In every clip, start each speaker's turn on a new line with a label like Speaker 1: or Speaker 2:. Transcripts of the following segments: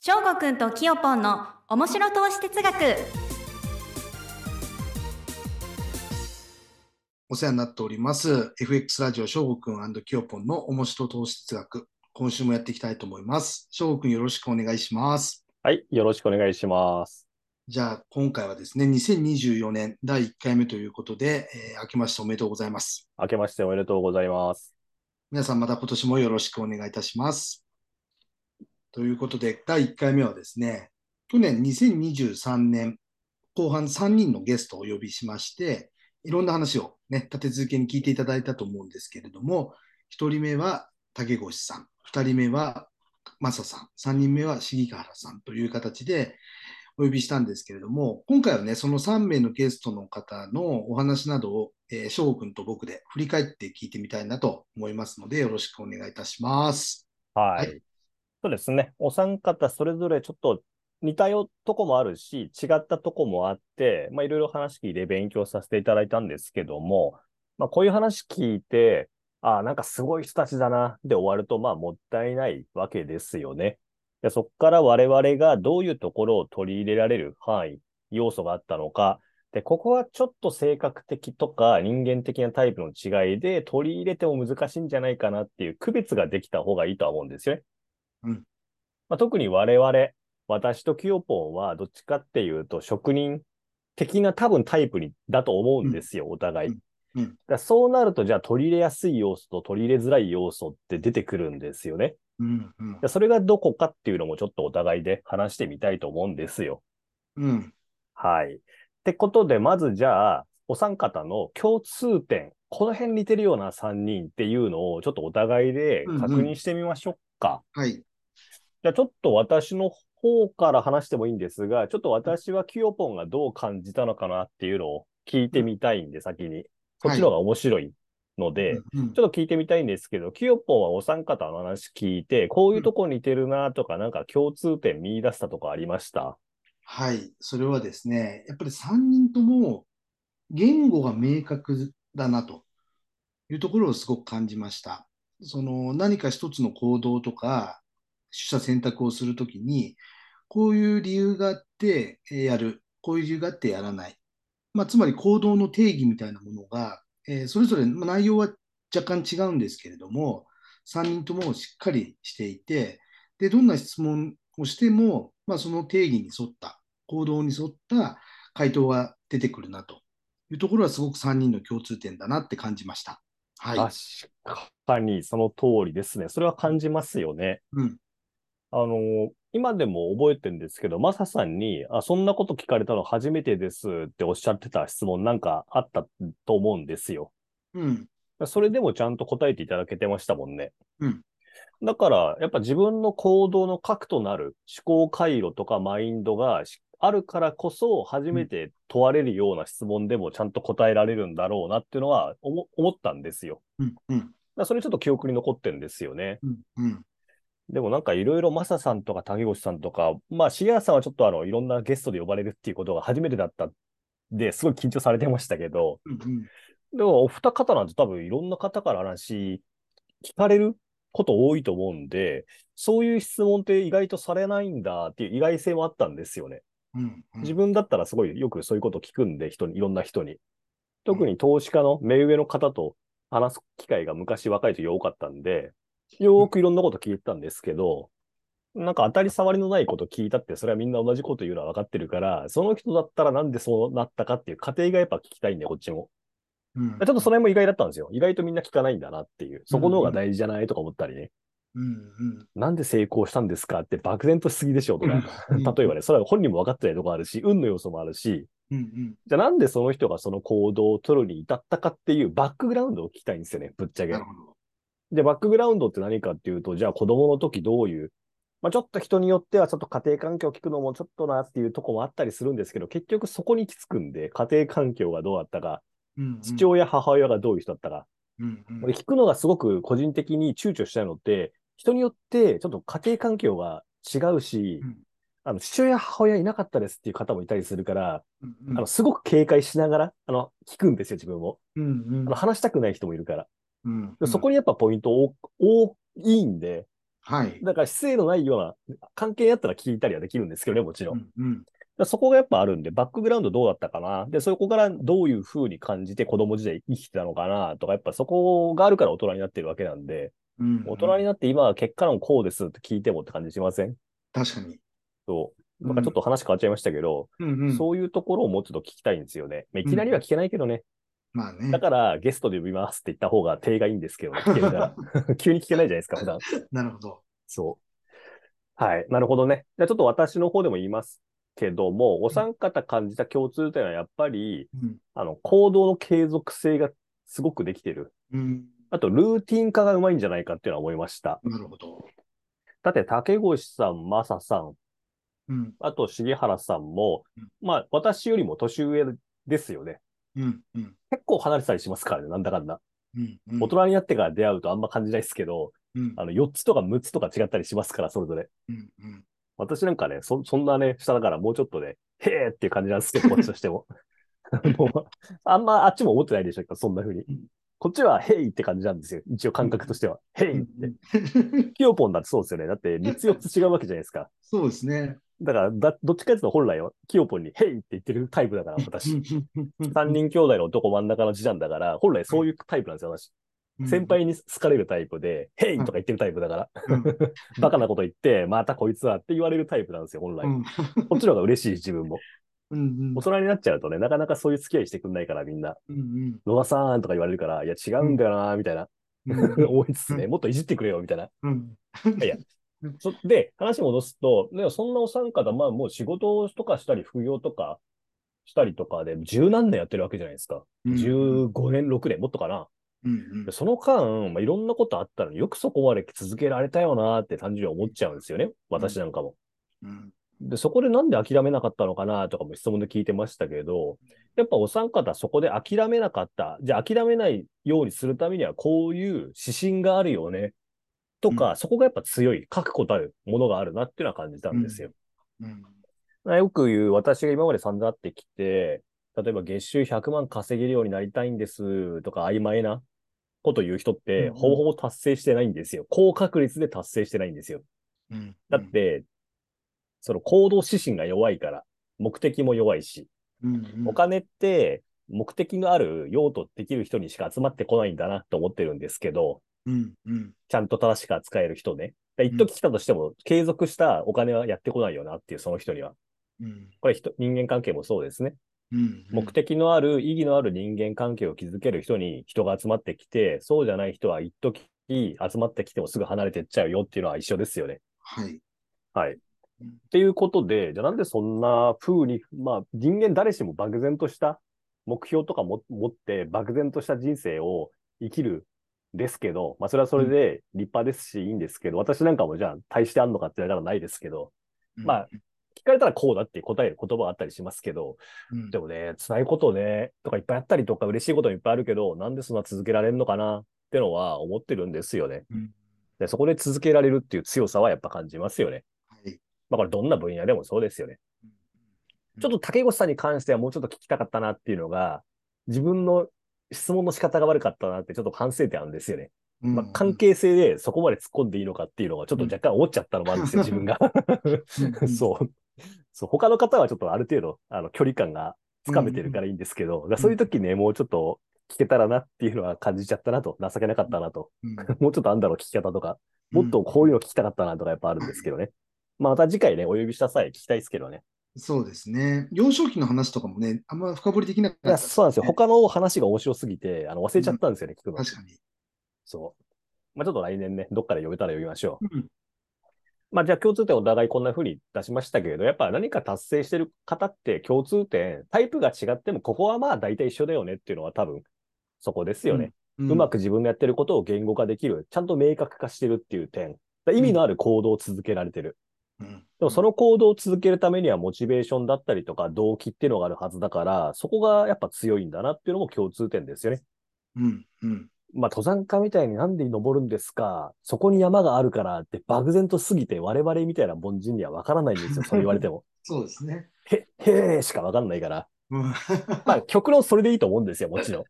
Speaker 1: 翔吾くんときよぽんの面白投資哲学
Speaker 2: お世話になっております FX ラジオ翔吾くんキヨポンの面白投資哲学今週もやっていきたいと思います翔吾くんよろしくお願いします
Speaker 3: はい、よろしくお願いします。
Speaker 2: じゃあ今回はですね2024年第1回目ということで、えー明けましておめでとうございます
Speaker 3: 明けましておめでとうございます。
Speaker 2: 皆さんまた今年もよろしくお願いいたしますということで第1回目はですね去年2023年後半3人のゲストをお呼びしまして、いろんな話をね、立て続けに聞いていただいたと思うんですけれども、1人目は竹越さん、2人目はマサさん、3人目は杉ヶ原さんという形でお呼びしたんですけれども、今回はね、その3名のゲストの方のお話などを、えー、翔吾君と僕で振り返って聞いてみたいなと思いますので、よろしくお願いいたします。
Speaker 3: はい。
Speaker 2: はい
Speaker 3: そうですね。お三方それぞれちょっと似たよとこもあるし、違ったとこもあって、まあいろいろ話聞いて勉強させていただいたんですけども、まあこういう話聞いて、ああ、なんかすごい人たちだな、で終わると、まあもったいないわけですよね。でそこから我々がどういうところを取り入れられる範囲、要素があったのか、で、ここはちょっと性格的とか人間的なタイプの違いで取り入れても難しいんじゃないかなっていう区別ができた方がいいとは思うんですよね。
Speaker 2: うん
Speaker 3: まあ、特に我々、私とキヨポンはどっちかっていうと職人的な多分タイプにだと思うんですよ、お互い。
Speaker 2: うんうん
Speaker 3: だからそうなると、じゃあ取り入れやすい要素と取り入れづらい要素って出てくるんですよね。
Speaker 2: うん、うん
Speaker 3: いや、それがどこかっていうのもちょっとお互いで話してみたいと思うんですよ。
Speaker 2: うん、
Speaker 3: はい。ってことで、まずじゃあ、お三方の共通点、この辺似てるような3人っていうのをちょっとお互いで確認してみましょうか。
Speaker 2: はい、
Speaker 3: じゃあちょっと私の方から話してもいいんですが、ちょっと私はキヨポンがどう感じたのかなっていうのを聞いてみたいんで、先に。こっちの方が面白いので、
Speaker 2: うんうん
Speaker 3: ちょっと聞いてみたいんですけど、キヨポンはお三方の話聞いて、こういうとこ似てるなとか、なんか共通点見出したとかありました
Speaker 2: はい、それはですね、やっぱり3人とも言語が明確だなというところをすごく感じました。その何か一つの行動とか、取捨選択をするときに、こういう理由があってえーやる、こういう理由があってやらない。まあ、つまり行動の定義みたいなものが、えーそれぞれ、まあ、内容は若干違うんですけれども、3人ともしっかりしていて、で、どんな質問をしても、まあ、その定義に沿った、行動に沿った回答が出てくるなというところは、すごく3人の共通点だなって感じました。は
Speaker 3: 確
Speaker 2: い。
Speaker 3: かにその通りですね。それは感じますよね。
Speaker 2: うん。
Speaker 3: あの、今でも覚えてるんですけど、マサさんに、あ、そんなこと聞かれたの初めてですっておっしゃってた質問なんかあったと思うんですよ。
Speaker 2: うん。
Speaker 3: それでもちゃんと答えていただけてましたもんね。
Speaker 2: うん
Speaker 3: だから、やっぱ自分の行動の核となる思考回路とかマインドがしあるからこそ、初めて問われるような質問でもちゃんと答えられるんだろうなっていうのは思思ったんですよ。
Speaker 2: うん。うん。
Speaker 3: だからそれちょっと記憶に残ってんですよね。
Speaker 2: うん。うん。
Speaker 3: でもなんかいろいろマサさんとか竹越さんとか、まあシアさんはちょっとあのいろんなゲストで呼ばれるっていうことが初めてだったんで、すごい緊張されてましたけど、
Speaker 2: うん。うん。
Speaker 3: でも、お二方なんて多分いろんな方から話聞かれること多いと思うんで、そういう質問って意外とされないんだっていう意外性もあったんですよね。
Speaker 2: うん。うん
Speaker 3: 自分だったらすごいよくそういうこと聞くんで、人に、いろんな人に。特に投資家の目上の方と話す機会が昔若い時多かったんで、よーくいろんなこと聞いてたんですけど、なんか当たり障りのないこと聞いたって、それはみんな同じこと言うのは分かってるから、その人だったらなんでそうなったかっていう過程がやっぱ聞きたいんで、こっちも。
Speaker 2: うん
Speaker 3: ちょっとその辺も意外だったんですよ。意外とみんな聞かないんだなっていう。そこの方が大事じゃないとか思ったりね。
Speaker 2: うん。
Speaker 3: なんで成功したんですかって漠然としすぎでしょうとか。
Speaker 2: うん。
Speaker 3: 例えばね、それは本人も分かってないとこあるし、運の要素もあるし、
Speaker 2: うん。うん。
Speaker 3: じゃあなんでその人がその行動を取るに至ったかっていうバックグラウンドを聞きたいんですよね、ぶっちゃけ
Speaker 2: なる。ほど。
Speaker 3: で、バックグラウンドって何かっていうと、じゃあ子供の時どういう、まあちょっと人によってはちょっと家庭環境を聞くのもちょっとなっていうとこもあったりするんですけど、結局そこに行き着くんで、家庭環境がどうだったか、
Speaker 2: うん。
Speaker 3: 父親、母親がどういう人だったか、
Speaker 2: うん。うん。
Speaker 3: 俺聞くのがすごく個人的に躊躇したいのって、人によってちょっと家庭環境が違うし、
Speaker 2: うん
Speaker 3: あの父親、母親いなかったですっていう方もいたりするから、
Speaker 2: うん。
Speaker 3: あのすごく警戒しながらあの聞くんですよ、自分も。
Speaker 2: うん。
Speaker 3: あの話したくない人もいるから。
Speaker 2: うん。
Speaker 3: でそこにやっぱポイント多多いんで、
Speaker 2: はい。
Speaker 3: だから失礼のないような、関係あったら聞いたりはできるんですけどね、もちろん。
Speaker 2: うんうん
Speaker 3: だからそこがやっぱあるんで、バックグラウンドどうだったかな。で、そこからどういう風に感じて子供時代生きてたのかなとか、やっぱそこがあるから大人になってるわけなんで、
Speaker 2: うん
Speaker 3: 大人になって今は結果論こうですって聞いてもって感じしません
Speaker 2: 確かに。
Speaker 3: そう。なんかちょっと話変わっちゃいましたけど、
Speaker 2: うんうん
Speaker 3: そういうところをもうちょっと聞きたいんですよね。まあいきなりは聞けないけどね。
Speaker 2: まあね
Speaker 3: だ。からゲストで呼びますって言った方が手がいいんです けど、聞けるなら。 急に聞けないじゃないですか、普段。
Speaker 2: なるほど。
Speaker 3: そう。はい。なるほどね。じゃあちょっと私の方でも言いますけども、お三方感じた共通点はやっぱり、
Speaker 2: うん
Speaker 3: あの、行動の継続性がすごくできてる。
Speaker 2: うん。
Speaker 3: あと、ルーティン化がうまいんじゃないかっていうのは思いました。
Speaker 2: なるほど。
Speaker 3: だって、竹越さん、マサさん、
Speaker 2: うん
Speaker 3: あと、重原さんも
Speaker 2: うん、
Speaker 3: まあ、私よりも年上ですよね。
Speaker 2: うんうん
Speaker 3: 結構離れてたりしますからね、なんだかんだ。
Speaker 2: うんうん
Speaker 3: 大人になってから出会うとあんま感じないですけど、
Speaker 2: うん
Speaker 3: あの、4つとか6つとか違ったりしますから、それぞれ。
Speaker 2: うんうん
Speaker 3: 私なんかね、そそんなね、下だからもうちょっとね、へーっていう感じなんです けど、こっちとしても。 もうあんまあっちも思ってないでしょうか、そんな風に
Speaker 2: ん。
Speaker 3: こっちは、へいって感じなんですよ。一応感覚としては。へいって。キヨポンだってそうですよね。だって、三つ四つ違うわけじゃないですか。
Speaker 2: そうですね。
Speaker 3: だから、だどっちかっていうと本来は、キヨポンに、へいって言ってるタイプだから、私。三人兄弟の男真ん中の次男だから、本来そういうタイプなんですよ、私。先輩に好かれるタイプで、へいとか言ってるタイプだか
Speaker 2: う
Speaker 3: ら、
Speaker 2: ん。
Speaker 3: バカなこと言って、またこいつはって言われるタイプなんですよ、本来。
Speaker 2: うん
Speaker 3: こっちの方が嬉しい、自分も。
Speaker 2: うん
Speaker 3: 大人になっちゃうとね、なかなかそういう付き合いしてくんないから、みんな。
Speaker 2: うん
Speaker 3: 野田さんとか言われるから、いや、違うんだよな、みたいな。
Speaker 2: うん
Speaker 3: 思いつつね、
Speaker 2: う
Speaker 3: もっといじってくれよ、みたいな。
Speaker 2: うん
Speaker 3: そで、話戻すと、でもそんなお三方、まあもう仕事とかしたり、副業とかしたりとかで、十何年やってるわけじゃないですか。
Speaker 2: うん
Speaker 3: 15年、6年、もっとかな。
Speaker 2: うん
Speaker 3: でその間、まあ、いろんなことあったのによくそこまで続けられたよなって単純に思っちゃうんですよね。私なんかも。
Speaker 2: うん
Speaker 3: で、そこでなんで諦めなかったのかなとかも質問で聞いてましたけど、やっぱお三方そこで諦めなかった。じゃあ諦めないようにするためにはこういう指針があるよね。とか、
Speaker 2: うん
Speaker 3: そこがやっぱ強い、確固たるものがあるなっていうのは感じたんですよ。
Speaker 2: うん
Speaker 3: よく言う、私が今まで散々会ってきて、例えば月収100万稼げるようになりたいんですとか曖昧なこと言う人って、
Speaker 2: うん
Speaker 3: ほぼほぼ達成してないんですよ。高確率で達成してないんですよ。
Speaker 2: うん
Speaker 3: だっ、て、その行動指針が弱いから、目的も弱いし、
Speaker 2: うんうん
Speaker 3: お金って目的のある用途できる人にしか集まってこないんだなと思ってるんですけど、
Speaker 2: うんうん
Speaker 3: ちゃんと正しく扱える人ね。だ一時来たとしても、継続したお金はやってこないよなっていう、その人には。
Speaker 2: うん
Speaker 3: これ人、人間関係もそうですね。
Speaker 2: うん
Speaker 3: 目的のある、意義のある人間関係を築ける人に人が集まってきて、そうじゃない人は一時集まってきてもすぐ離れてっちゃうよっていうのは一緒ですよね。
Speaker 2: はい。
Speaker 3: はい。
Speaker 2: うん
Speaker 3: っていうことで、じゃあなんでそんな風に、まあ人間誰しも漠然とした目標とかも持って、漠然とした人生を生きるですけど、まあそれはそれで立派ですし、いいんですけど、私なんかもじゃあ大してあんのかって言われたらないですけど、まあ聞かれたらこうだって答える言葉があったりしますけど、
Speaker 2: うん、
Speaker 3: でもね、辛いことね、とかいっぱいあったりとか嬉しいこともいっぱいあるけど、なんでそんな続けられるのかなってのは思ってるんですよね。
Speaker 2: うん
Speaker 3: でそこで続けられるっていう強さはやっぱ感じますよね。
Speaker 2: はい。
Speaker 3: まあこれどんな分野でもそうですよね。
Speaker 2: うん
Speaker 3: ちょっと竹越さんに関してはもうちょっと聞きたかったなっていうのが、自分の質問の仕方が悪かったなってちょっと反省点あるんですよね。
Speaker 2: うん
Speaker 3: まあ、関係性でそこまで突っ込んでいいのかっていうのがちょっと若干思っちゃったのもあるんですよ、
Speaker 2: うん
Speaker 3: 自分が。
Speaker 2: うん
Speaker 3: そう。そう、他の方はちょっとある程度、あの、距離感がつかめてるからいいんですけど、だからそういう時ね、もうちょっと聞けたらなっていうのは感じちゃったなと、情けなかったなと、
Speaker 2: うん
Speaker 3: もうちょっとあんだろう、聞き方とか、もっとこういうの聞きたかったなとかやっぱあるんですけどね。まあ、また次回ね、お呼びした際聞きたいですけどね。
Speaker 2: そうですね。幼少期の話とかもね、あんま深掘りできなかっ
Speaker 3: いや
Speaker 2: た。
Speaker 3: そうなんですよ。他の話が面白すぎて、あの忘れちゃったんですよね、聞くの。
Speaker 2: 確かに。
Speaker 3: そう。まあ、ちょっと来年ね、どっかで呼べたら呼びましょう。
Speaker 2: うん
Speaker 3: まあ、じゃあ共通点お互いこんな風に出しましたけれど、やっぱ何か達成してる方って共通点、タイプが違っても、ここはまあ大体一緒だよねっていうのは多分、そこですよね。
Speaker 2: う
Speaker 3: うんまく自分のやってることを言語化できる、ちゃんと明確化してるっていう点。だ意味のある行動を続けられてる。
Speaker 2: うん
Speaker 3: でもその行動を続けるためにはモチベーションだったりとか動機っていうのがあるはずだから、そこがやっぱ強いんだなっていうのも共通点ですよね。
Speaker 2: うんうん
Speaker 3: まあ登山家みたいになんで登るんですかそこに山があるからって漠然とすぎて我々みたいな凡人にはわからないんですよ。そう言われても。
Speaker 2: そうですね。
Speaker 3: へ、へーしかわかんないから。
Speaker 2: うん
Speaker 3: まあ、極論それでいいと思うんですよ、もちろ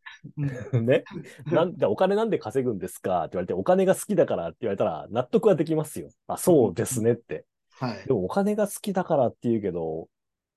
Speaker 2: うん
Speaker 3: ん。ね。なんで、お金なんで稼ぐんですかって言われて、お金が好きだからって言われたら、納得はできますよ。あ、そうですねって。
Speaker 2: はい
Speaker 3: で。も、お金が好きだからって言うけど、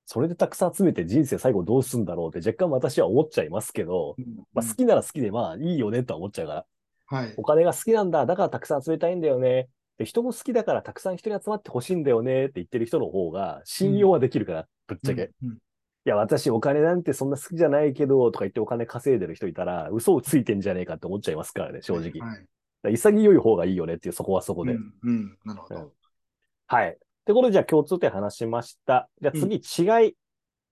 Speaker 3: それでたくさん集めて人生最後どうすんだろうって若干私は思っちゃいますけど、まあ、好きなら好きでまあいいよねとは思っちゃうから、
Speaker 2: はい
Speaker 3: お。金が好きなんだ、だからたくさん集めたいんだよね。で人も好きだからたくさん人に集まってほしいんだよねって言ってる人の方が信用はできるから、ぶっちゃけ。い
Speaker 2: うん
Speaker 3: や、私お金なんてそんな好きじゃないけど、とか言ってお金稼いでる人いたら、嘘をついてんじゃねえかって思っちゃいますからね、正直。だか
Speaker 2: はい。
Speaker 3: ら潔い方がいいよねっていう、そこはそこで。
Speaker 2: うんうんなるほど。
Speaker 3: はい。ってことで、じゃあ共通点話しました。じゃあ次、違い。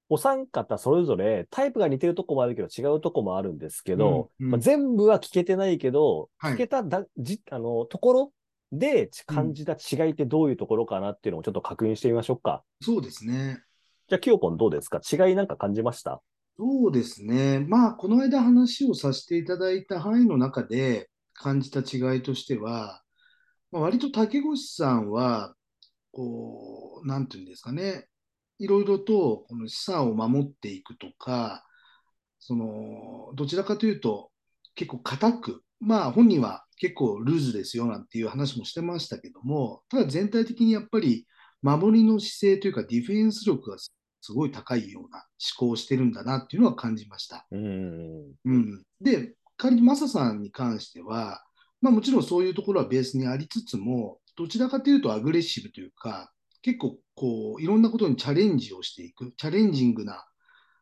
Speaker 3: お三方それぞれタイプが似てるとこもあるけど違うとこもあるんですけど、
Speaker 2: うんうん
Speaker 3: まあ、全部は聞けてないけど、
Speaker 2: はい
Speaker 3: 聞けただじあのところでち感じた違いってどういうところかなっていうのをちょっと確認してみましょうか。
Speaker 2: そうですね。
Speaker 3: じゃあ、キヨポンどうですか違いなんか感じました
Speaker 2: そうですね。まあ、この間話をさせていただいた範囲の中で感じた違いとしては、まあ、割と竹越さんは、こう、なんていうんですかね、いろいろとこの資産を守っていくとか、その、どちらかというと、結構固く、まあ、本人は結構ルーズですよなんていう話もしてましたけども、ただ全体的にやっぱり守りの姿勢というか、ディフェンス力がすごい高いような思考をしてるんだなっていうのは感じました。
Speaker 3: うーん。
Speaker 2: うん、で、仮にマサさんに関しては、まあ、もちろんそういうところはベースにありつつも、どちらかというとアグレッシブというか、結構こういろんなことにチャレンジをしていく、チャレンジングな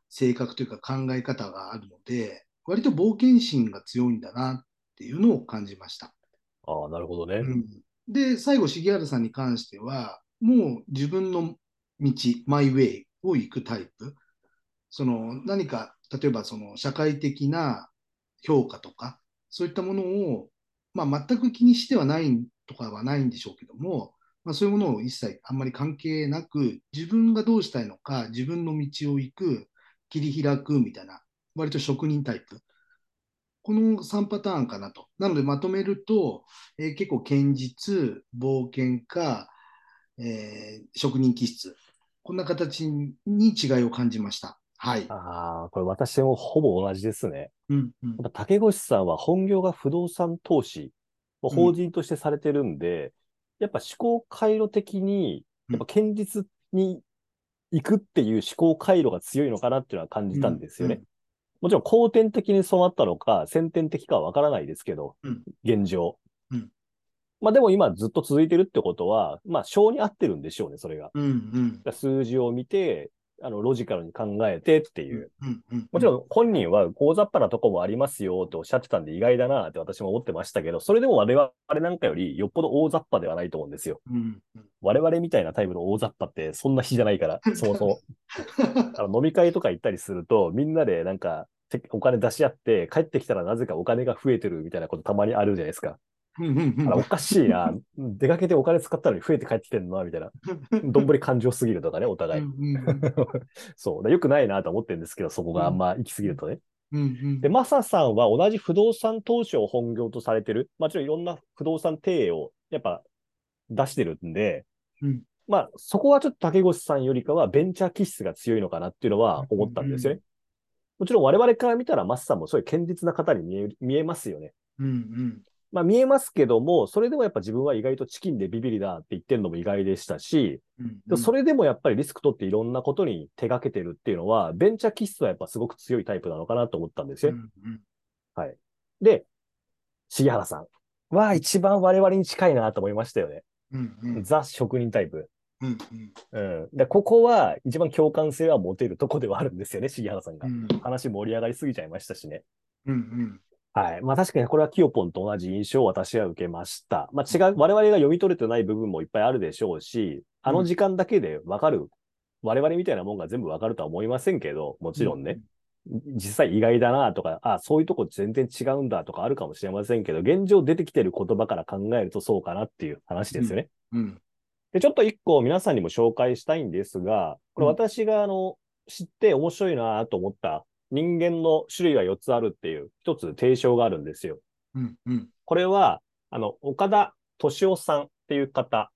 Speaker 2: 性格というか考え方があるので、割と冒険心が強いんだなっていうのを感じました。
Speaker 3: ああ、なるほどね。
Speaker 2: うんで、最後、重原さんに関しては、もう自分の道、マイウェイを行くタイプ。その何か、例えばその社会的な評価とか、そういったものを、まあ、全く気にしてはないとかはないんでしょうけども、まあ、そういうものを一切あんまり関係なく、自分がどうしたいのか、自分の道を行く、切り開くみたいな、割と職人タイプ。この3パターンかなと。なので、まとめると、えー結構堅実、冒険家、えー職人気質、こんな形に違いを感じました。はい。
Speaker 3: ああ、これ私もほぼ同じですね。
Speaker 2: うんうん
Speaker 3: やっぱ竹越さんは本業が不動産投資を
Speaker 2: うん
Speaker 3: 法人としてされてるんで、やっぱ思考回路的に、
Speaker 2: うん
Speaker 3: やっぱ堅実に行くっていう思考回路が強いのかなっていうのは感じたんですよね。もちろん後天的にそうなったのか、先天的かはわからないですけど、
Speaker 2: うん
Speaker 3: 現状。
Speaker 2: うん
Speaker 3: まあでも今ずっと続いてるってことは、まあ性に合ってるんでしょうね、それが。
Speaker 2: うんうん
Speaker 3: だから数字を見て、あの、ロジカルに考えてっていう。
Speaker 2: うんうん
Speaker 3: もちろん本人は大雑把なとこもありますよっておっしゃってたんで意外だなって私も思ってましたけど、それでも我々なんかよりよっぽど大雑把ではないと思うんですよ。
Speaker 2: うんうん
Speaker 3: 我々みたいなタイプの大雑把ってそんな日じゃな いから、そもそも。あの飲み会とか行ったりすると、みんなでなんかてお金出し合って帰ってきたらなぜかお金が増えてるみたいなことたまにあるじゃないですか。
Speaker 2: うんうんう
Speaker 3: あ
Speaker 2: ん
Speaker 3: ら、おかしいな。出かけてお金使ったのに増えて帰ってきてるな、みたいな。どんぶり感情すぎるとかね、お互い。
Speaker 2: うんうん
Speaker 3: そう。よくないなと思ってるんですけど、そこがあんま行き過ぎるとね。
Speaker 2: うん うん
Speaker 3: で、マサさんは同じ不動産投資を本業とされてる、まあもちろんいろんな不動産経営をやっぱ出してるんで、
Speaker 2: うん
Speaker 3: まあそこはちょっと竹越さんよりかはベンチャー気質が強いのかなっていうのは思ったんですよね。もちろん我々から見たらマサさんもそういう堅実な方に見える見えますよね。
Speaker 2: うんうん
Speaker 3: まあ見えますけども、それでもやっぱ自分は意外とチキンでビビリだって言ってるのも意外でしたし、
Speaker 2: うん
Speaker 3: でもそれでもやっぱりリスク取っていろんなことに手がけてるっていうのは、ベンチャー気質はやっぱすごく強いタイプなのかなと思ったんですよね。
Speaker 2: うんうん
Speaker 3: で、重原さんは一番我々に近いなと思いましたよね。
Speaker 2: うんうん
Speaker 3: ザ職人タイプ。
Speaker 2: うんうん
Speaker 3: うん。で、ここは一番共感性は持てるとこではあるんですよね、重原さん
Speaker 2: う
Speaker 3: が。
Speaker 2: ん
Speaker 3: 話盛り上がりすぎちゃいましたしね。
Speaker 2: うん
Speaker 3: はい。まあ確かにこれはキヨポンと同じ印象を私は受けました。まあ違う、我々が読み取れてない部分もいっぱいあるでしょうし、あの時間だけでわかる、我々みたいなもんが全部わかるとは思いませんけど、もちろんね。実際意外だなとか、あ、そういうとこ全然違うんだとかあるかもしれませんけど、現状出てきてる言葉から考えるとそうかなっていう話ですよね。
Speaker 2: うん
Speaker 3: で、ちょっと一個皆さんにも紹介したいんですが、これ
Speaker 2: うん
Speaker 3: 私があの、知って面白いなと思った人間の種類が4つあるっていう一つ提唱があるんですよ。
Speaker 2: うんうん
Speaker 3: これは、あの、岡田敏夫さんっていう方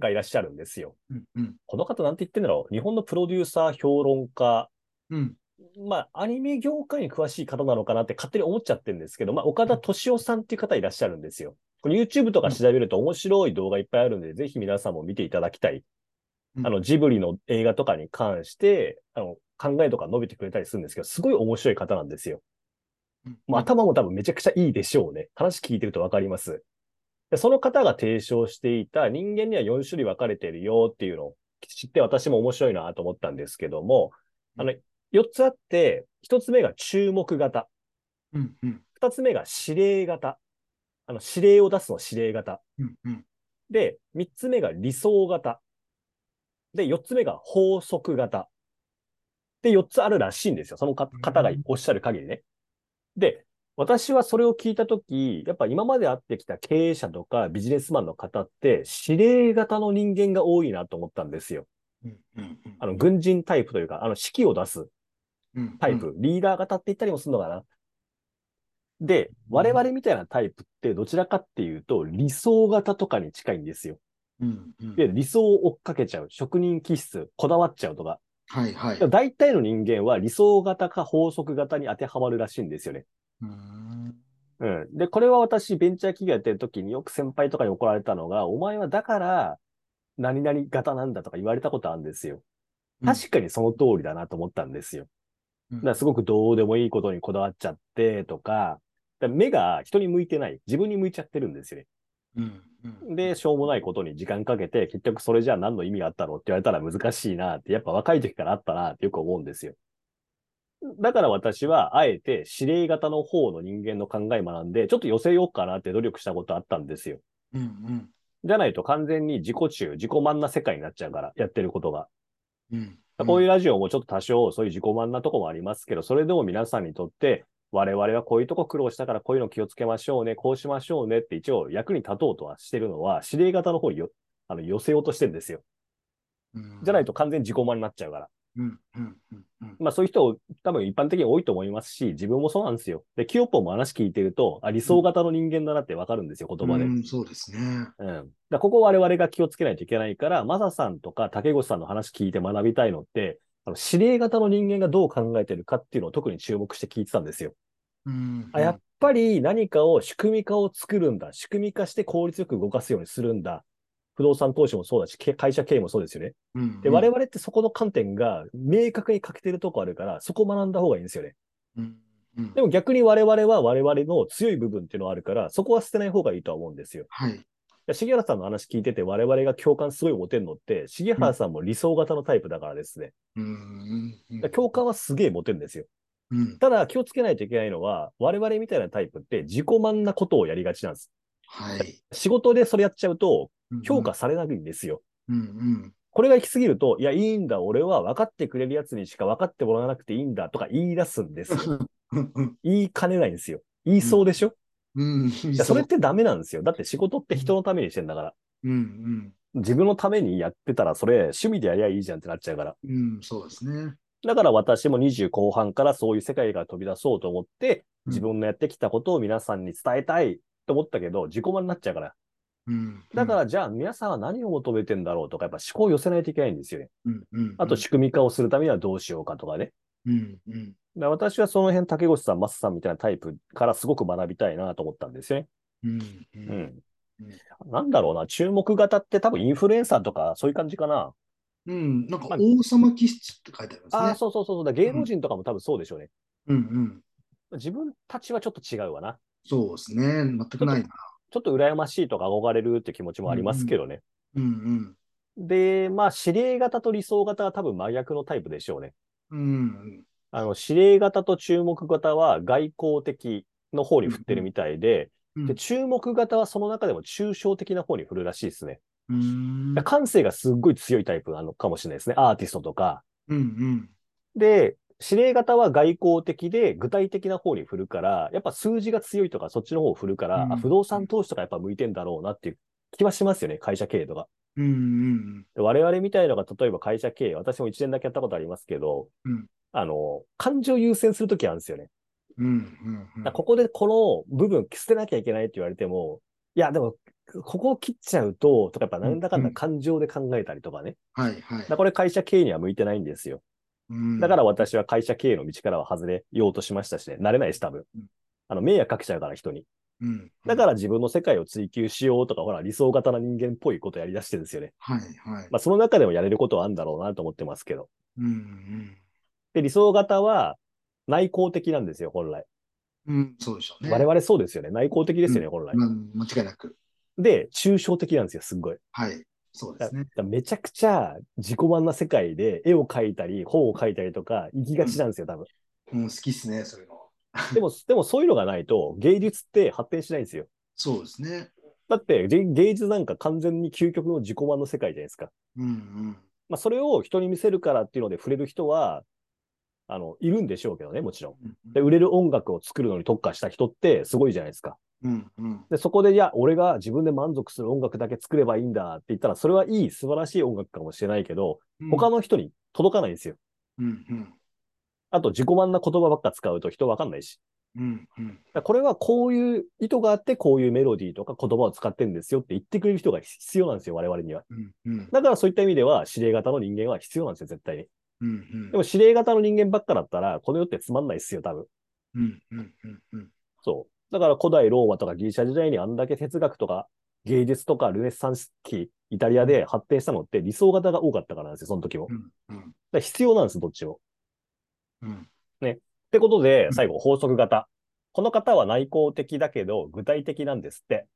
Speaker 3: がいらっしゃるんですよ。
Speaker 2: うんうん
Speaker 3: この方なんて言ってんだろう日本のプロデューサー、評論家、
Speaker 2: うん
Speaker 3: まあ、アニメ業界に詳しい方なのかなって勝手に思っちゃってるんですけど、まあ、岡田敏夫さんっていう方いらっしゃるんですよ。これ YouTube とか調べると面白い動画いっぱいあるんで、ぜひ皆さんも見ていただきたい。
Speaker 2: うん
Speaker 3: あの、ジブリの映画とかに関して、あの、考えとか述べてくれたりするんですけど、すごい面白い方なんですよ。もう頭も多分めちゃくちゃいいでしょうね。話聞いてるとわかります。でその方が提唱していた人間には4種類分かれてるよっていうのを知って私も面白いなと思ったんですけども、あの、4つあって、1つ目が注目型、
Speaker 2: うんうん
Speaker 3: 2つ目が指令型、あの、指令を出すの指令型。
Speaker 2: うんうん
Speaker 3: で、3つ目が理想型。で、4つ目が法則型。で、4つあるらしいんですよ。そのか方がおっしゃる限りね。で、私はそれを聞いたとき、やっぱ今まで会ってきた経営者とかビジネスマンの方って、指令型の人間が多いなと思ったんですよ。
Speaker 2: うんうんうん
Speaker 3: あの、軍人タイプというか、あの、指揮を出す
Speaker 2: うん
Speaker 3: タイプ、リーダー型って言ったりもするのかな。で、我々みたいなタイプってどちらかっていうと、理想型とかに近いんですよ。
Speaker 2: うんうん
Speaker 3: で、理想を追っかけちゃう。職人気質、こだわっちゃうとか。
Speaker 2: はいはい
Speaker 3: でも大体の人間は理想型か法則型に当てはまるらしいんですよね。
Speaker 2: うん
Speaker 3: うん。で、これは私、ベンチャー企業やってる時によく先輩とかに怒られたのが、お前はだから、何々型なんだとか言われたことあるんですよ。確かにその通りだなと思ったんですよ。
Speaker 2: うん
Speaker 3: だからすごくどうでもいいことにこだわっちゃってとか、だから目が人に向いてない。自分に向いちゃってるんですよね。
Speaker 2: うんうん
Speaker 3: で、しょうもないことに時間かけて、結局それじゃあ何の意味があったのって言われたら難しいなって、やっぱ若い時からあったなってよく思うんですよ。だから私は、あえて指令型の方の人間の考え学んで、ちょっと寄せようかなって努力したことあったんですよ。
Speaker 2: うんうん
Speaker 3: じゃないと完全に自己中、自己満な世界になっちゃうから、やってることが。
Speaker 2: うん
Speaker 3: こういうラジオもちょっと多少そういう自己満なとこもありますけど、それでも皆さんにとって、我々はこういうとこ苦労したからこういうの気をつけましょうね、こうしましょうねって一応役に立とうとはしてるのは、指令型の方によあの寄せようとしてるんですよ。
Speaker 2: うん
Speaker 3: じゃないと完全に自己満になっちゃうから。
Speaker 2: うんうんうんうん
Speaker 3: まあそういう人多分一般的に多いと思いますし、自分もそうなんですよ。で、キヨポンも話聞いてると、あ、理想型の人間だなってわかるんですよ、言葉で。
Speaker 2: うんそうですね
Speaker 3: うん。だからここ我々が気をつけないといけないから、マサさんとか竹越さんの話聞いて学びたいのって、あの指令型の人間がどう考えてるかっていうのを特に注目して聞いてたんですよ。
Speaker 2: うん
Speaker 3: あやっぱり何かを仕組み化を作るんだ。仕組み化して効率よく動かすようにするんだ。不動産投資もそうだし、け会社経営もそうですよね。
Speaker 2: うん
Speaker 3: で、我々ってそこの観点が明確に欠けてるとこあるから、そこ学んだ方がいいんですよね。
Speaker 2: うんうん
Speaker 3: でも逆に我々は我々の強い部分っていうのはあるから、そこは捨てない方がいいとは思うんですよ。
Speaker 2: はい
Speaker 3: いや重原さんの話聞いてて我々が共感すごい持てるのって、重原さんも理想型のタイプだからですね。
Speaker 2: うんうん
Speaker 3: だから共感はすげえ持てるんですよ。
Speaker 2: うん
Speaker 3: ただ気をつけないといけないのは、我々みたいなタイプって自己満なことをやりがちなんです。
Speaker 2: はい
Speaker 3: 仕事でそれやっちゃうと評価されないんですよ。
Speaker 2: うんうん
Speaker 3: これが行き過ぎると、いや、いいんだ、俺は分かってくれるやつにしか分かってもらわなくていいんだとか言い出すんですよ。
Speaker 2: うんうん
Speaker 3: 言いかねないんですよ。言いそうでしょ、
Speaker 2: うん
Speaker 3: いやそれってダメなんですよ。だって仕事って人のためにしてんだから。
Speaker 2: うん
Speaker 3: 自分のためにやってたら、それ趣味でやりゃいいじゃんってなっちゃうから。
Speaker 2: うんうんそうですね
Speaker 3: だから私も20後半からそういう世界から飛び出そうと思って、
Speaker 2: うん
Speaker 3: 自分のやってきたことを皆さんに伝えたいと思ったけど、自己満になっちゃうから。
Speaker 2: うん
Speaker 3: だから、じゃあ皆さんは何を求めてんだろうとか、やっぱ思考を寄せないといけないんですよね。
Speaker 2: うんうん
Speaker 3: あと仕組み化をするためにはどうしようかとかね。
Speaker 2: うんうん
Speaker 3: だから私はその辺、竹越さん、マスさんみたいなタイプからすごく学びたいなと思ったんですよね。
Speaker 2: うんう
Speaker 3: うんん。なんだろうな、注目型って多分インフルエンサーとかそういう感じかな。
Speaker 2: うんなんか王様気質って書いてありますね
Speaker 3: ああ、そうそうそうそうだ。芸能人とかも多分そうでしょうね。
Speaker 2: うんうん
Speaker 3: 自分たちはちょっと違うわな。
Speaker 2: そうですね全くないな
Speaker 3: ちょっと羨ましいとか憧れるって気持ちもありますけどね。
Speaker 2: うん
Speaker 3: で、まあ、指令型と理想型は多分真逆のタイプでしょうね。
Speaker 2: うんうん
Speaker 3: あの、指令型と注目型は外交的の方に振ってるみたいで、
Speaker 2: うん
Speaker 3: で、注目型はその中でも抽象的な方に振るらしいですね。
Speaker 2: うん
Speaker 3: だから感性がすっごい強いタイプなのかもしれないですね。アーティストとか。
Speaker 2: うん
Speaker 3: で、指令型は外交的で具体的な方に振るから、やっぱ数字が強いとかそっちの方を振るから、
Speaker 2: うん
Speaker 3: あ不動産投資とかやっぱ向いてんだろうなっていう気はしますよね。会社経営とか。
Speaker 2: うんうん
Speaker 3: で我々みたいのが、例えば会社経営、私も1年だけやったことありますけど、
Speaker 2: うん
Speaker 3: あの、感情優先するときあるんですよね。
Speaker 2: うんうんうん
Speaker 3: だからここでこの部分捨てなきゃいけないって言われても、いや、でも、ここを切っちゃうと、とか、やっぱなんだかん
Speaker 2: うんう
Speaker 3: だ
Speaker 2: ん
Speaker 3: 感情で考えたりとかね。
Speaker 2: はいはい
Speaker 3: だからこれ会社経営には向いてないんですよ。
Speaker 2: うん
Speaker 3: だから私は会社経営の道からは外れようとしましたしね、慣れないです、多分
Speaker 2: うん。
Speaker 3: あの、迷惑かけちゃうから人に。
Speaker 2: うん、
Speaker 3: だから自分の世界を追求しようとか、ほら、理想型な人間っぽいことやりだしてるんですよね。
Speaker 2: はいはい。
Speaker 3: まあ、その中でもやれることはあるんだろうなと思ってますけど。
Speaker 2: うん
Speaker 3: で、理想型は内向的なんですよ、本来。
Speaker 2: うん、うん、そうでしょうね。
Speaker 3: 我々そうですよね。内向的ですよね、本来。
Speaker 2: うん、間違いなく。
Speaker 3: で、抽象的なんですよ、すっごい。
Speaker 2: はい、そうですね。
Speaker 3: だめちゃくちゃ自己満な世界で絵を描いたり、本を書いたりとか、行きがちなんですよ、多分。
Speaker 2: うん、好きっすね、そういうの。
Speaker 3: でも、でもそういうのがないと、芸術って発展しないんですよ。
Speaker 2: そうですね。
Speaker 3: だって、げ芸術なんか完全に究極の自己満の世界じゃないですか。
Speaker 2: うん
Speaker 3: まあ、それを人に見せるからっていうので触れる人は、あの、いるんでしょうけどね、もちろん。
Speaker 2: うん。
Speaker 3: で、売れる音楽を作るのに特化した人ってすごいじゃないですか。
Speaker 2: うんうん。
Speaker 3: で、そこで、いや、俺が自分で満足する音楽だけ作ればいいんだって言ったら、それはいい、素晴らしい音楽かもしれないけど、他
Speaker 2: の。
Speaker 3: の人に届かないんですよ。
Speaker 2: うんうん
Speaker 3: あと、自己満な言葉ばっか使うと人わかんないし。
Speaker 2: うんうん。
Speaker 3: だからこれはこういう意図があって、こういうメロディーとか言葉を使ってんですよって言ってくれる人が必要なんですよ、我々には。
Speaker 2: うんうん
Speaker 3: だからそういった意味では、指令型の人間は必要なんですよ、絶対に。
Speaker 2: うんうん
Speaker 3: でも指令型の人間ばっかだったら、この世ってつまんないっすよ、多分。
Speaker 2: うんうんうんうん
Speaker 3: そう。だから古代ローマとかギリシャ時代にあんだけ哲学とか芸術とかルネッサンス期、イタリアで発展したのって理想型が多かったからなんですよ、その時も。だか
Speaker 2: うんうん
Speaker 3: ら必要なんです、どっちも。
Speaker 2: うん
Speaker 3: ってことで
Speaker 2: う、ん
Speaker 3: 最後、法則型。この方は内向的だけど、具体的なんですって。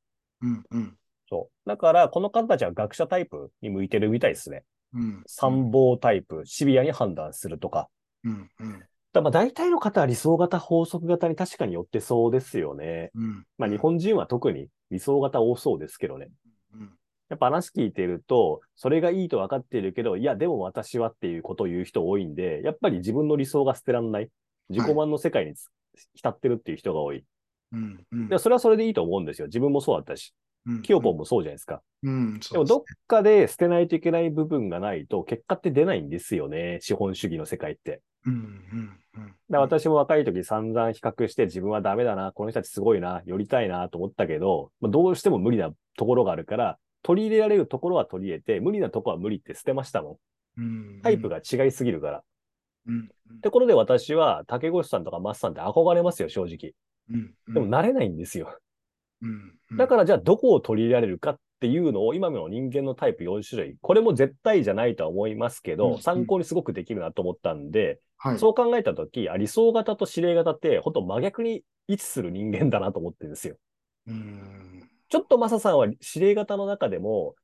Speaker 2: うんうん
Speaker 3: そう。だから、この方たちは学者タイプに向いてるみたいですね。
Speaker 2: うん
Speaker 3: 参謀タイプ、シビアに判断するとか。
Speaker 2: うんうん
Speaker 3: だまあ大体の方は理想型、法則型に確かによってそうですよね。
Speaker 2: うん
Speaker 3: まあ日本人は特に理想型多そうですけどね。
Speaker 2: うん
Speaker 3: やっぱ話聞いてると、それがいいと分かっているけど、いや、でも私はっていうことを言う人多いんで、やっぱり自分の理想が捨てらんない。自己満の世界につ浸ってるっていう人が多い。
Speaker 2: うんうん
Speaker 3: でそれはそれでいいと思うんですよ。自分もそうだったし、
Speaker 2: うん
Speaker 3: キヨポンもそうじゃないですか。
Speaker 2: うんそう
Speaker 3: でもどっかで捨てないといけない部分がないと、結果って出ないんですよね。資本主義の世界って。
Speaker 2: うんうんうん
Speaker 3: だから私も若い時散々比較して自分はダメだな、この人たちすごいな、寄りたいなと思ったけど、まあどうしても無理なところがあるから、取り入れられるところは取り入れて、無理なところは無理って捨てましたもん。
Speaker 2: うん
Speaker 3: タイプが違いすぎるから。
Speaker 2: うん
Speaker 3: ってことで私は竹越さんとかマスさんって憧れますよ、正直。
Speaker 2: うんうん
Speaker 3: でも慣れないんですよ。
Speaker 2: うんうん
Speaker 3: だからじゃあどこを取り入れられるかっていうのを今の人間のタイプ4種類、これも絶対じゃないとは思いますけ
Speaker 2: うんう
Speaker 3: ど、
Speaker 2: ん
Speaker 3: 参考にすごくできるなと思ったんで、
Speaker 2: はい
Speaker 3: そう考えたとき、あ理想型と指令型ってほんと真逆に位置する人間だなと思ってるんですよ。
Speaker 2: うん
Speaker 3: ちょっとマサさんは指令型の中でも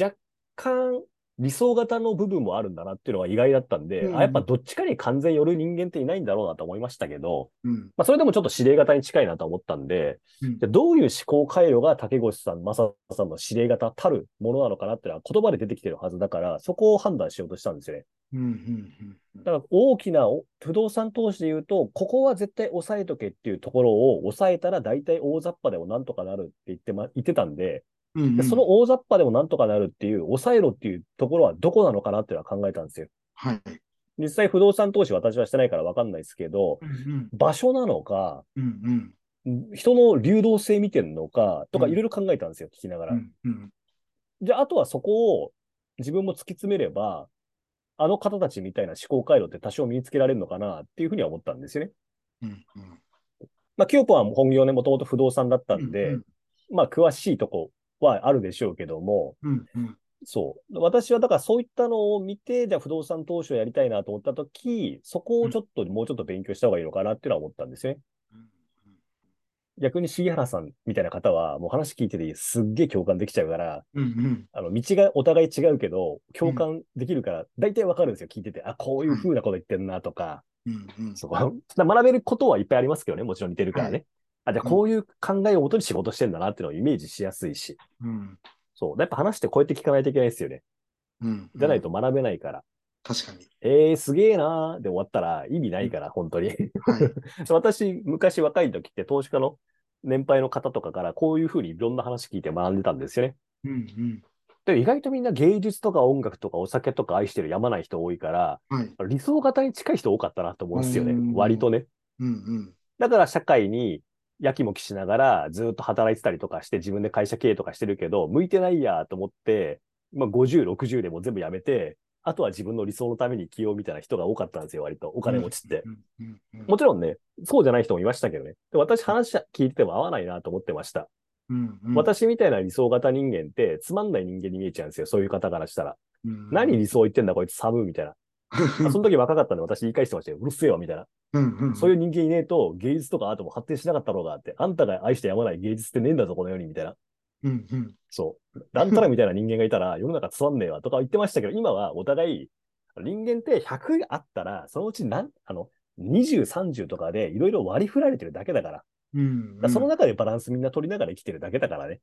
Speaker 3: 若干理想型の部分もあるんだなっていうのが意外だったんで、
Speaker 2: うん
Speaker 3: あやっぱどっちかに完全寄る人間っていないんだろうなと思いましたけど、
Speaker 2: うん
Speaker 3: まあ、それでもちょっと指令型に近いなと思ったんで、
Speaker 2: うん
Speaker 3: じゃあどういう思考回路が竹越さん、正さんの指令型たるものなのかなっていうのは言葉で出てきてるはずだから、そこを判断しようとしたんですよね。
Speaker 2: うんうんうん
Speaker 3: だから大きなお不動産投資で言うと、ここは絶対押さえとけっていうところを押さえたら大体大雑把でもなんとかなるって言って,、ま、言ってたんで、
Speaker 2: うんうん
Speaker 3: でその大雑把でもなんとかなるっていう、抑えろっていうところはどこなのかなっていうのは考えたんですよ。
Speaker 2: はい
Speaker 3: 実際不動産投資私はしてないからわかんないですけど、
Speaker 2: うんうん
Speaker 3: 場所なのか、
Speaker 2: うんうん
Speaker 3: 人の流動性見てんのかとか
Speaker 2: うん
Speaker 3: いろいろ考えたんですよ、聞きながら。
Speaker 2: うん
Speaker 3: じゃあ、あとはそこを自分も突き詰めれば、あの方たちみたいな思考回路って多少身につけられるのかなっていうふうには思ったんですよね。
Speaker 2: うんうん
Speaker 3: まあ、キヨポンは本業ね、もともと不動産だったんで、
Speaker 2: うん
Speaker 3: まあ、詳しいとこはあるでしょうけども、
Speaker 2: うんうん
Speaker 3: そう。私はだからそういったのを見て、じゃあ不動産投資をやりたいなと思ったとき、そこをちょっと、もうちょっと勉強した方がいいのかなっていうのは思ったんですよね。逆に杉原さんみたいな方は、もう話聞いててすっげえ共感できちゃうから、
Speaker 2: うんうん
Speaker 3: あの、道がお互い違うけど、共感できるから、大体わかるんですよ、聞いてて。あ、こういう風なこと言ってんなとか、
Speaker 2: うんうん
Speaker 3: そこ、学べることはいっぱいありますけどね、もちろん似てるからね。あ、じゃあこういう考えをもとに仕事してんだなっていうのをイメージしやすいし。
Speaker 2: うん
Speaker 3: そう。やっぱ話ってこうやって聞かないといけないですよね。
Speaker 2: うん
Speaker 3: じゃないと学べないから。
Speaker 2: 確かに。
Speaker 3: えー、すげえなーで終わったら意味ないから、本当に。
Speaker 2: はい。
Speaker 3: 私、昔若い時って投資家の年配の方とかからこういう風にいろんな話聞いて学んでたんですよね。
Speaker 2: うんうん。
Speaker 3: で意外とみんな芸術とか音楽とかお酒とか愛してるやまない人多いから、
Speaker 2: はい。
Speaker 3: 理想型に近い人多かったなと思うんですよね
Speaker 2: うん。
Speaker 3: 割とね。
Speaker 2: うんうん。
Speaker 3: だから社会にやきもきしながらずっと働いてたりとかして自分で会社経営とかしてるけど、向いてないやと思って、まあ50、60でもう全部やめて、あとは自分の理想のために起用みたいな人が多かったんですよ、割と。お金持ちって。
Speaker 2: うんうんうん
Speaker 3: もちろんね、そうじゃない人もいましたけどね。で私話聞いてても合わないなと思ってました。
Speaker 2: うんうん
Speaker 3: 私みたいな理想型人間ってつまんない人間に見えちゃうんですよ、そういう方からしたら。
Speaker 2: うん
Speaker 3: 何理想言ってんだ、こいつ寒いみたいな。あその時若かったんで私言い返してましたよ。うるせえわ、みたいな。
Speaker 2: うんうん
Speaker 3: そういう人間いねえと芸術とかアートも発展しなかったろうがあって、あんたが愛してやまない芸術ってねえんだぞ、この世に、みたいな。
Speaker 2: うんうん
Speaker 3: そう。なんたらみたいな人間がいたら世の中つまんねえわとか言ってましたけど、今はお互い、人間って100あったら、そのうちなん、あの、20、30とかでいろいろ割り振られてるだけだから。
Speaker 2: うん
Speaker 3: だ
Speaker 2: う
Speaker 3: から
Speaker 2: ん
Speaker 3: その中でバランスみんな取りながら生きてるだけだからね。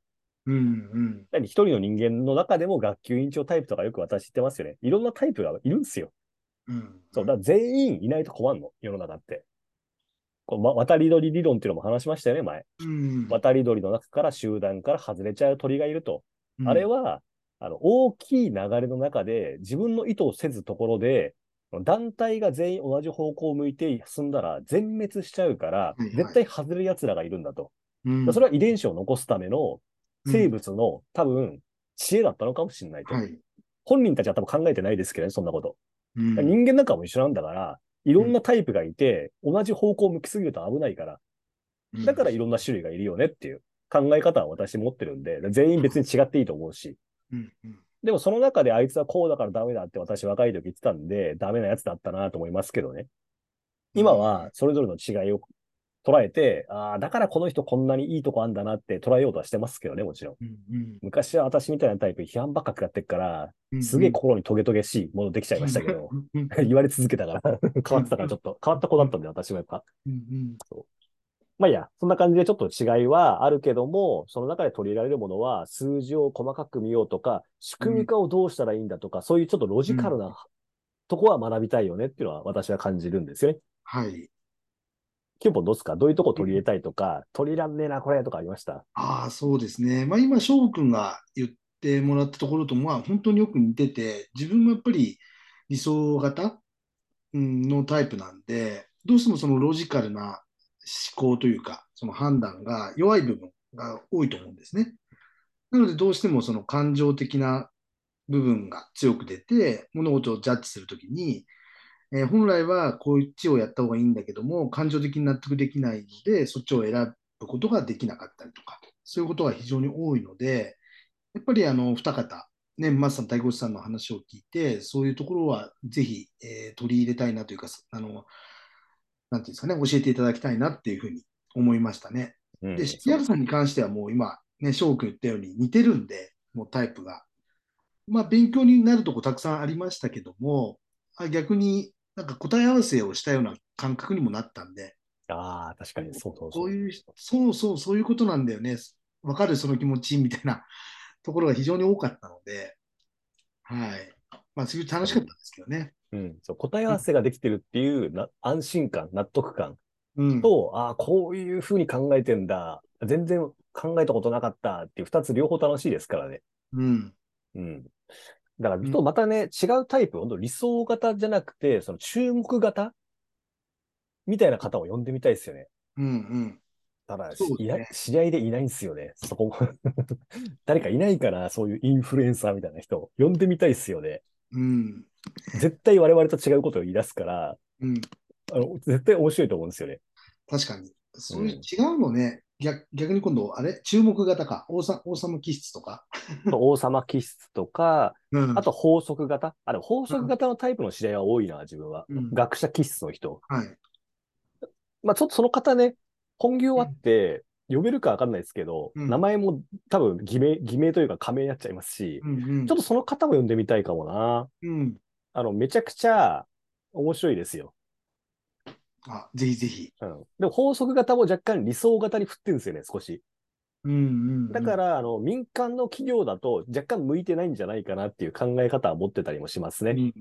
Speaker 2: うんうん
Speaker 3: 何一人の人間の中でも学級委員長タイプとかよく私言ってますよね。いろんなタイプがいるんですよ。
Speaker 2: うん
Speaker 3: そう。だから全員いないと困んの、世の中って。こうま、渡り鳥理論っていうのも話しましたよね、前。
Speaker 2: うん
Speaker 3: 渡り鳥の中から集団から外れちゃう鳥がいると。
Speaker 2: うん
Speaker 3: あれは、あの、大きい流れの中で、自分の意図をせずところで、団体が全員同じ方向を向いて進んだら全滅しちゃうから
Speaker 2: いはい、
Speaker 3: 絶対外れる奴らがいるんだと。
Speaker 2: うん
Speaker 3: それは遺伝子を残すための生物の多分知恵だったのかもしれないと。
Speaker 2: はい
Speaker 3: 本人たちは多分考えてないですけどね、そんなこと。
Speaker 2: うん
Speaker 3: 人間なんかも一緒なんだから、いろんなタイプがいて、同じ方向を向きすぎると危ないから、だからいろんな種類がいるよねっていう考え方は私持ってるんで、全員別に違っていいと思うし。
Speaker 2: うんうん
Speaker 3: でもその中であいつはこうだからダメだって私若い時言ってたんで、ダメなやつだったなと思いますけどね。今はそれぞれの違いを捉えて、ああ、だからこの人こんなにいいとこあんだなって捉えようとはしてますけどね、もちろん。
Speaker 2: うんうん
Speaker 3: 昔は私みたいなタイプ批判ばっか食らってっから、
Speaker 2: うん
Speaker 3: すげえ心にトゲトゲしいものできちゃいましたけど、
Speaker 2: うんうん
Speaker 3: 言われ続けたから、 変わってたからちょっと、変わった子だったんで私もやっぱ。
Speaker 2: うん
Speaker 3: まあいいや、そんな感じでちょっと違いはあるけども、その中で取り入れられるものは、数字を細かく見ようとか、仕組み化をどうしたらいいんだとか、そういうちょっとロジカルなとこは学びたいよねっていうのは私は感じるんですよね。
Speaker 2: はい。
Speaker 3: キュンポンどうですかどういうとこ取り入れたいとか、取り入れらんねえな、これとかありました
Speaker 2: ああ、そうですね。まあ今、翔くんが言ってもらったところと、まあ本当によく似てて、自分もやっぱり理想型うんのタイプなんで、どうしてもそのロジカルな思考というか、その判断が弱い部分が多いと思うんですね。なのでどうしてもその感情的な部分が強く出て、物事をジャッジするときに、えー本来はこっちをやった方がいいんだけども、感情的に納得できないので、そっちを選ぶことができなかったりとか、そういうことが非常に多いので、やっぱりあの二方、ね、マスさん、大越さんの話を聞いて、そういうところはぜひ、えー取り入れたいなというか、あの、なんていうんですかね、教えていただきたいなっていうふうに思いましたね。
Speaker 3: うん
Speaker 2: で、シアルさんに関してはもう今、ね、翔くん言ったように似てるんで、もうタイプが。まあ、勉強になるとこたくさんありましたけども、あ逆になんか答え合わせをしたような感覚にもなったんで、
Speaker 3: ああ、確かに、そうそ
Speaker 2: こ
Speaker 3: うそうう。
Speaker 2: いう、そうそう、そういうことなんだよね。わかる、その気持ち、みたいな ところが非常に多かったので、はい。まあ、すごい楽しかったんですけどね。
Speaker 3: うん、そう答え合わせができてるっていうな安心感、納得感
Speaker 2: うん。
Speaker 3: と、ああ、こういうふうに考えてんだ。全然考えたことなかったっていう二つ両方楽しいですからね。
Speaker 2: うん。
Speaker 3: うん。だから、
Speaker 2: ん
Speaker 3: ちょっとまたね、違うタイプ、本当理想型じゃなくて、その注目型みたいな方を呼んでみたいですよね。
Speaker 2: うん。うん。
Speaker 3: ただ、
Speaker 2: そうです
Speaker 3: い
Speaker 2: ね
Speaker 3: ない知り合いでいないんですよね。そこも 誰かいないから、そういうインフルエンサーみたいな人、呼んでみたいですよね。
Speaker 2: うん。
Speaker 3: 絶対我々と違うことを言い出すから、
Speaker 2: うん。
Speaker 3: あの絶対面白いと思うんです よね。
Speaker 2: 確かに。そういう、
Speaker 3: う
Speaker 2: 違
Speaker 3: ん
Speaker 2: うのね。逆逆に今度、あれ注目型か。王さ王様気質とか。
Speaker 3: 王様気質とか、
Speaker 2: うん
Speaker 3: あと法則型。あ、でも法則型のタイプの知り合いは多いな、自分は。
Speaker 2: うん
Speaker 3: 学者気質の人。
Speaker 2: はい。
Speaker 3: まあ、ちょっとその方ね、本業あって、呼べるかわかんないですけど、
Speaker 2: うん
Speaker 3: 名前も多分偽名、偽名というか仮名になっちゃいますし、
Speaker 2: うんうん。
Speaker 3: ちょっとその方も呼んでみたいかもな。
Speaker 2: うん。
Speaker 3: あの、めちゃくちゃ面白いですよ。
Speaker 2: あ、ぜひぜひ。
Speaker 3: うん。でも法則型も若干理想型に振ってるんですよね、少し。
Speaker 2: うんうん、うん。
Speaker 3: だか、ら、あの、民間の企業だと若干向いてないんじゃないかなっていう考え方は持ってたりもします
Speaker 2: うんう
Speaker 3: ね。
Speaker 2: ん。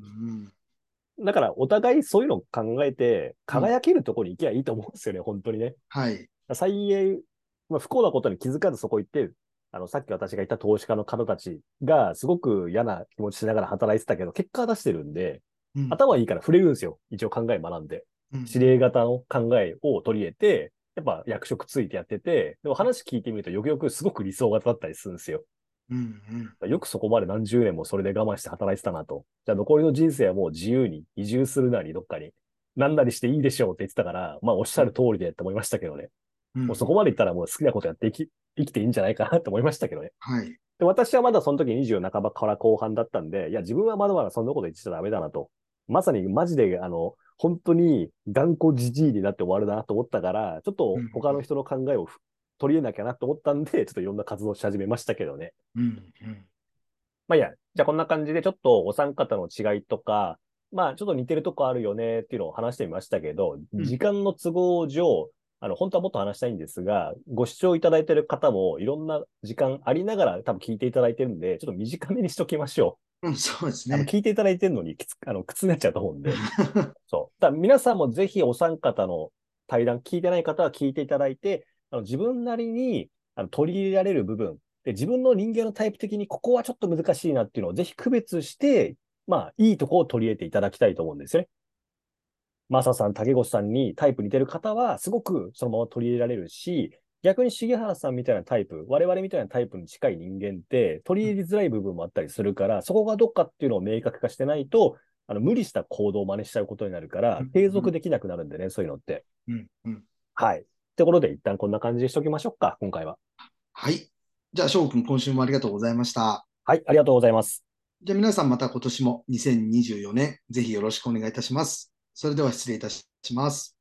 Speaker 3: だから、お互いそういうのを考えて、輝けるところに行きゃいいと思うんですよね、本当にね。
Speaker 2: はい。
Speaker 3: 最悪、まあ、不幸なことに気づかずそこ行って、あの、さっき私が言った投資家の方たちが、すごく嫌な気持ちしながら働いてたけど、結果は出してるんで、
Speaker 2: うん
Speaker 3: 頭いいから触れるんですよ。一応考え学んで。
Speaker 2: うん
Speaker 3: 指令型の考えを取り入れて、やっぱ役職ついてやってて、でも話聞いてみるとよくよくすごく理想型だったりするんですよ。
Speaker 2: うんうん。
Speaker 3: よくそこまで何十年もそれで我慢して働いてたなと。じゃあ残りの人生はもう自由に移住するなりどっかに、なんなりしていいでしょうって言ってたから、まあおっしゃる通りでって思いましたけどね。
Speaker 2: うん
Speaker 3: もうそこまでいったらもう好きなことやって生き、生きていいんじゃないかなって思いましたけどね。
Speaker 2: はい。
Speaker 3: で、私はまだその時20半ばから後半だったんで、いや自分はまだまだそんなこと言ってちゃダメだなと。まさにマジであの、本当に頑固じじいになって終わるなと思ったから、ちょっと他の人の考えをふ取り入れなきゃなと思ったんで、ちょっといろんな活動し始めましたけどね。
Speaker 2: うんうん。
Speaker 3: まあいいや、じゃあこんな感じでちょっとお三方の違いとか、まあちょっと似てるとこあるよねっていうのを話してみましたけど、
Speaker 2: うん
Speaker 3: 時間の都合上、あの、本当はもっと話したいんですが、ご視聴いただいてる方もいろんな時間ありながら多分聞いていただいてるんで、ちょっと短めにしときましょ
Speaker 2: うん、そうです
Speaker 3: う。あの
Speaker 2: ね。
Speaker 3: 聞いていただいてるのにきつあの苦痛になっちゃうと思うんで。そう。だから皆さんもぜひお三方の対談聞いてない方は聞いていただいて、あの自分なりにあの取り入れられる部分で、自分の人間のタイプ的にここはちょっと難しいなっていうのをぜひ区別して、まあ、いいとこを取り入れていただきたいと思うんですよね。マサさん、竹越さんにタイプ似てる方は、すごくそのまま取り入れられるし、逆に重原さんみたいなタイプ、我々みたいなタイプに近い人間って、取り入れづらい部分もあったりするから、そこがどっかっていうのを明確化してないと、あの無理した行動を真似しちゃうことになるから
Speaker 2: うん、
Speaker 3: 継続できなくなるんでね、そういうのって。
Speaker 2: うんうん。
Speaker 3: はい。ってことで、一旦こんな感じにしときましょうか、今回は。
Speaker 2: はい。じゃあ、翔くん、今週もありがとうございました。
Speaker 3: はい、ありがとうございます。
Speaker 2: じゃあ、皆さんまた今年も2024年、ぜひよろしくお願いいたします。それでは失礼いたします。